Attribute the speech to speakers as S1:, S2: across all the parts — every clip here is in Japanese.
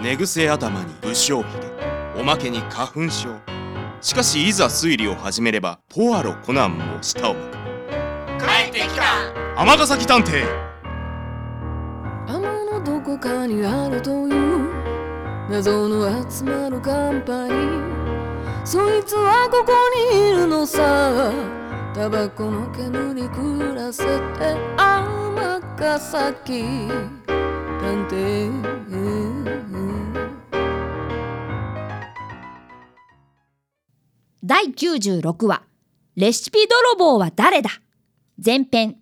S1: 寝癖頭に不祥髭おまけに花粉症しかしいざ推理を始めればポアロコナンも舌を巻く
S2: 帰ってきた
S1: 尼崎探偵
S3: 雨のどこかにあるという謎の集まるカンパニーそいつはここにいるのさタバコの煙に暮らせて天ヶ崎探偵
S4: 第96話「レシピ泥棒は誰だ?」前編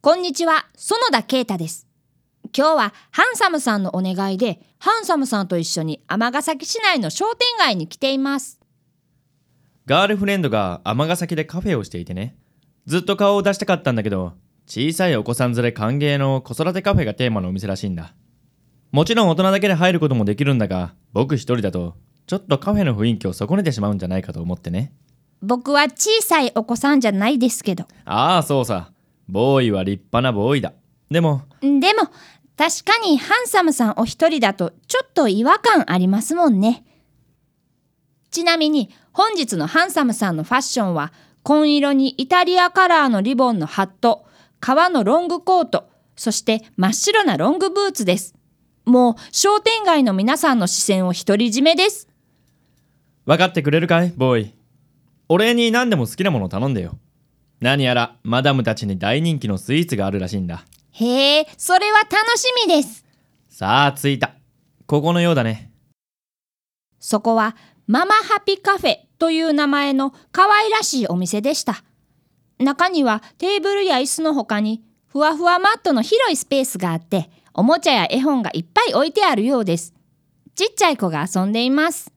S4: こんにちは園田啓太です今日はハンサムさんのお願いでハンサムさんと一緒に尼崎市内の商店街に来ています
S5: ガールフレンドが尼崎でカフェをしていてね。ずっと顔を出したかったんだけど、小さいお子さん連れ歓迎の子育てカフェがテーマのお店らしいんだ。もちろん大人だけで入ることもできるんだが、僕一人だと、ちょっとカフェの雰囲気を損ねてしまうんじゃないかと思ってね。
S4: 僕は小さいお子さんじゃないですけど
S5: ああ、そうさ。ボーイは立派なボーイだ。でも、
S4: でも確かにハンサムさんお一人だとちょっと違和感ありますもんねちなみに本日のハンサムさんのファッションは紺色にイタリアカラーのリボンのハット革のロングコートそして真っ白なロングブーツですもう商店街の皆さんの視線を独り占めです
S5: 分かってくれるかいボーイお礼に何でも好きなものを頼んでよ何やらマダムたちに大人気のスイーツがあるらしいんだ
S4: へえそれは楽しみです
S5: さあ着いたここのようだね
S4: そこはママハピカフェという名前の可愛らしいお店でした。中にはテーブルや椅子の他にふわふわマットの広いスペースがあって、おもちゃや絵本がいっぱい置いてあるようです。ちっちゃい子が遊んでいます。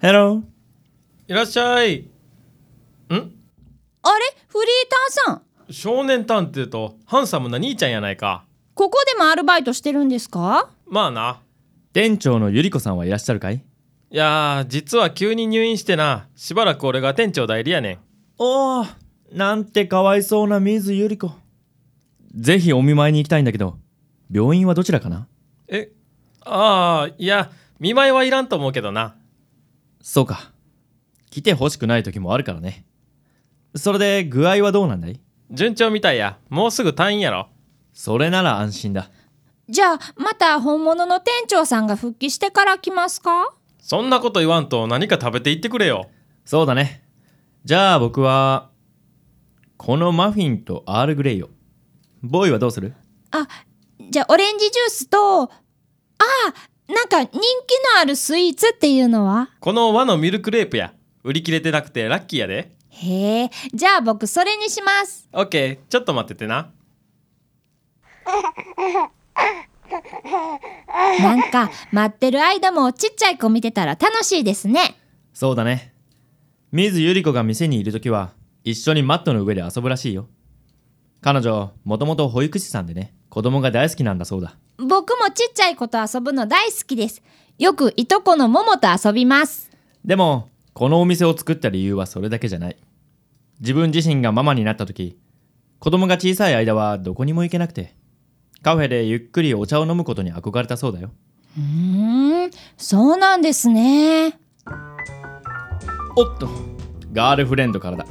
S5: ヘロいらっしゃい
S4: あれフリーターさん
S6: 少年探偵とハンサムな兄ちゃんやないか
S4: ここでもアルバイトしてるんですか
S6: まあな
S5: 店長のゆりこさんはいらっしゃるかい
S6: いやー実は急に入院してなしばらく俺が店長代理やねん
S5: おおなんてかわいそうな水ゆりこぜひお見舞いに行きたいんだけど病院はどちらかな
S6: えああいや見舞いはいらんと思うけどな
S5: そうか来てほしくない時もあるからねそれで具合はどうなんだい
S6: 順調みたいやもうすぐ退院やろ
S5: それなら安心だ
S4: じゃあまた本物の店長さんが復帰してから来ますか
S6: そんなこと言わんと何か食べていってくれよ
S5: そうだね。じゃあ僕は、このマフィンとアールグレイを。ボーイはどうする
S4: あ、じゃあオレンジジュースと、ああ、なんか人気のあるスイーツっていうのは
S6: この和のミルクレープや売り切れてなくてラッキーやで
S4: へえ、じゃあ僕それにします。
S6: オッケーちょっと待っててな
S4: なんか待ってる間もちっちゃい子見てたら楽しいですね。
S5: そうだね。水ゆり子が店にいるときは、一緒にマットの上で遊ぶらしいよ。彼女、もともと保育士さんでね、子供が大好きなんだそうだ。
S4: 僕もちっちゃい子と遊ぶの大好きです。よくいとこのももと遊びます。
S5: でも、このお店を作った理由はそれだけじゃない。自分自身がママになったとき、子供が小さい間はどこにも行けなくて、カフェでゆっくりお茶を飲むことに憧れたそうだよ。
S4: うーん、そうなんですね。
S5: おっとガールフレンドからだ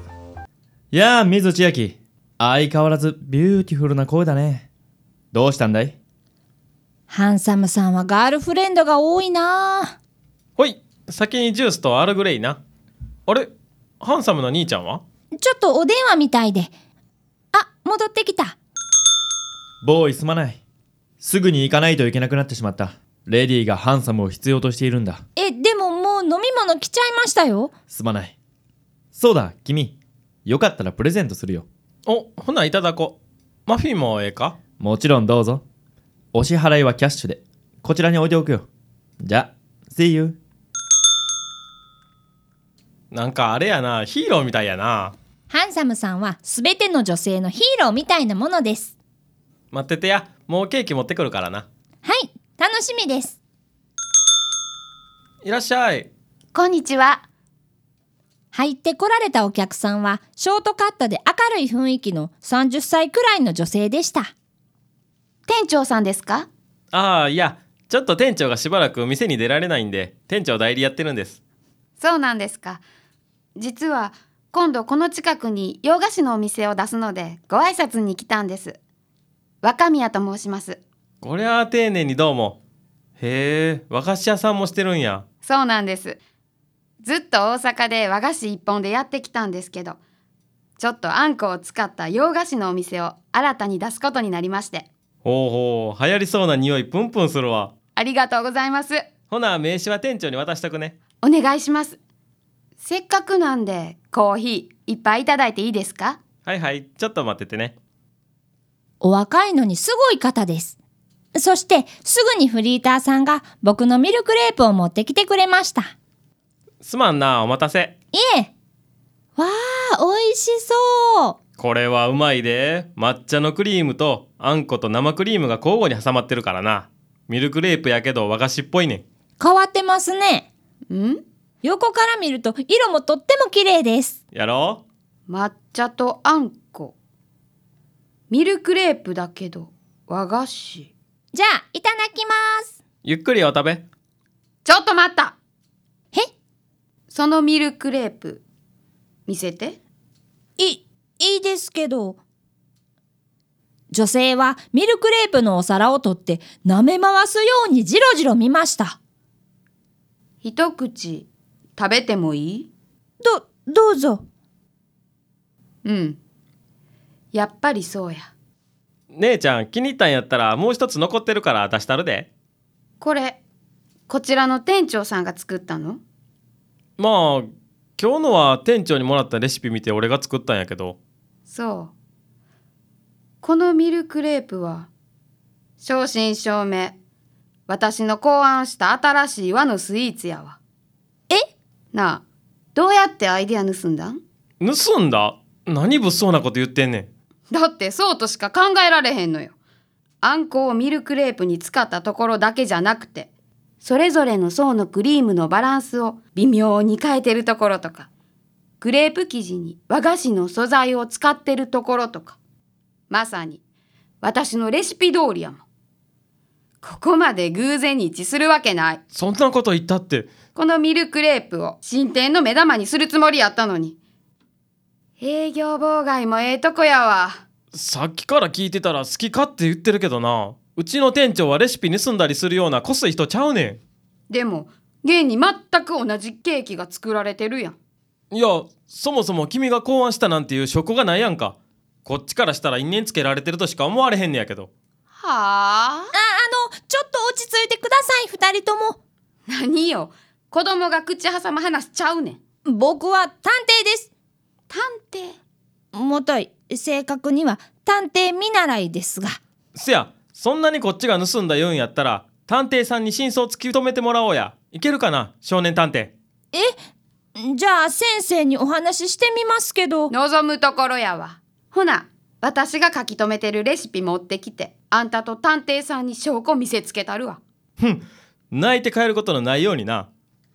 S5: いやあ水千秋相変わらずビューティフルな声だねどうしたんだい
S4: ハンサムさんはガールフレンドが多いなぁ
S6: ほい先にジュースとアールグレイなあれハンサムな兄ちゃんは
S4: ちょっとお電話みたいで。あ、戻ってきた。
S5: ボーイすまないすぐに行かないといけなくなってしまったレディーがハンサムを必要としているんだ
S4: え、でももう飲み物来ちゃいましたよ。
S5: すまないそうだ君よかったらプレゼントするよ
S6: おほないただこうマフィンもええか
S5: もちろんどうぞお支払いはキャッシュでこちらに置いておくよじゃあ See you
S6: なんかあれやなヒーローみたいやな
S4: ハンサムさんは全ての女性のヒーローみたいなものです。
S6: 待っててやもうケーキ持ってくるからな
S4: はい、楽しみです。
S6: いらっしゃい
S2: こんにちは
S4: 入ってこられたお客さんはショートカットで明るい雰囲気の30歳くらいの女性でした。
S2: 店店長さんですか
S6: ああいやちょっと店長がしばらく店に出られないんで店長代理やってるんです
S2: そうなんですか。実は今度この近くに洋菓子のお店を出すのでご挨拶に来たんです。若宮と申します。
S6: こりゃあ丁寧にどうもへえ和菓子屋さんもしてるんや
S2: そうなんです。ずっと大阪で和菓子一本でやってきたんですけど、ちょっとあんこを使った洋菓子のお店を新たに出すことになりまして、
S6: ほうほう流行りそうな匂いプンプンするわ
S2: ありがとうございます。
S6: ほな名刺は店長に渡しとくね
S2: お願いします。せっかくなんでコーヒーいっぱいいただいていいですか
S6: はいはいちょっと待っててね
S4: お若いのにすごい方です。そしてすぐにフリーターさんが僕のミルクレープを持ってきてくれました。
S6: すまんなお待たせ
S4: いえ。わあ、美味しそう。
S6: これはうまいで抹茶のクリームとあんこと生クリームが交互に挟まってるからなミルクレープやけど和菓子っぽいねん
S4: 変わってますね。
S2: ん
S4: 横から見ると色もとっても綺麗です。
S6: やろ
S2: 抹茶とあんこミルクレープだけど和菓子
S4: じゃあ、いただきます
S6: う。ゆっくりお食べ
S2: ちょっと待った
S4: へ
S2: そのミルクレープ見せて
S4: い、いいですけど。女性はミルクレープのお皿を取って舐め回すようにじろじろ見ました。
S2: 一口食べてもいい
S4: ど、どうぞ。
S2: うんやっぱりそうや
S6: 姉ちゃん気に入ったんやったらもう一つ残ってるから出したるで
S2: これこちらの店長さんが作ったの
S6: まあ今日のは店長にもらったレシピ見て俺が作ったんやけど
S2: そうこのミルクレープは正真正銘私の考案した新しい和のスイーツやわ
S4: え
S2: なあどうやってアイデア盗んだん
S6: 盗んだ何物騒なこと言ってんねん
S2: だってそうとしか考えられへんのよあんこをミルクレープに使ったところだけじゃなくてそれぞれの層のクリームのバランスを微妙に変えてるところとかクレープ生地に和菓子の素材を使ってるところとかまさに私のレシピ通りやもんここまで偶然に一致するわけない
S6: そんなこと言ったって
S2: このミルクレープを新店の目玉にするつもりやったのに営業妨害もええとこやわ。
S6: さっきから聞いてたら好きかって言ってるけどなうちの店長はレシピ盗んだりするようなこすい人ちゃうね
S2: でも現に全く同じケーキが作られてるやん
S6: んいやそもそも君が考案したなんていう証拠がないやんかこっちからしたら因縁つけられてるとしか思われへんねやけど
S2: はあ
S4: あ、あの、ちょっと落ち着いてください、二人とも。
S2: 何よ子供が口挟む話ちゃうねん
S4: 僕は探偵です。
S2: 探偵
S4: もとい、正確には探偵見習いですが。
S6: せやそんなにこっちが盗んだ言うんやったら探偵さんに真相突き止めてもらおうやいけるかな少年探偵
S4: じゃあ先生にお話ししてみますけど。
S2: 望むところやわほな私が書き留めてるレシピ持ってきてあんたと探偵さんに証拠見せつけたるわ
S6: 泣いて帰ることのないようにな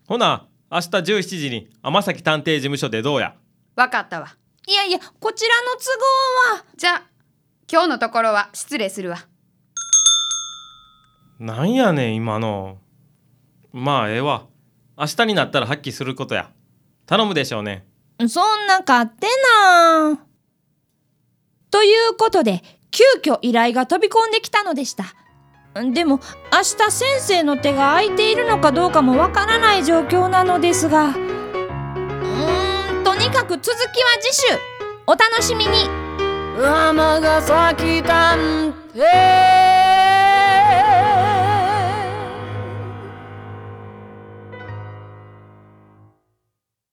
S6: ほな明日17時に天崎探偵事務所でどうや
S2: わかったわ
S4: いやいや、こちらの都合は。
S2: じゃあ今日のところは失礼するわ
S6: なんやねん今のまあええわ明日になったら発揮することや頼むでしょうね
S4: そんな勝手な。ということで、急遽依頼が飛び込んできたのでした。でも、明日先生の手が空いているのかどうかもわからない状況なのですが。うーん、とにかく続きは次週。お楽しみに。
S3: 尼崎探偵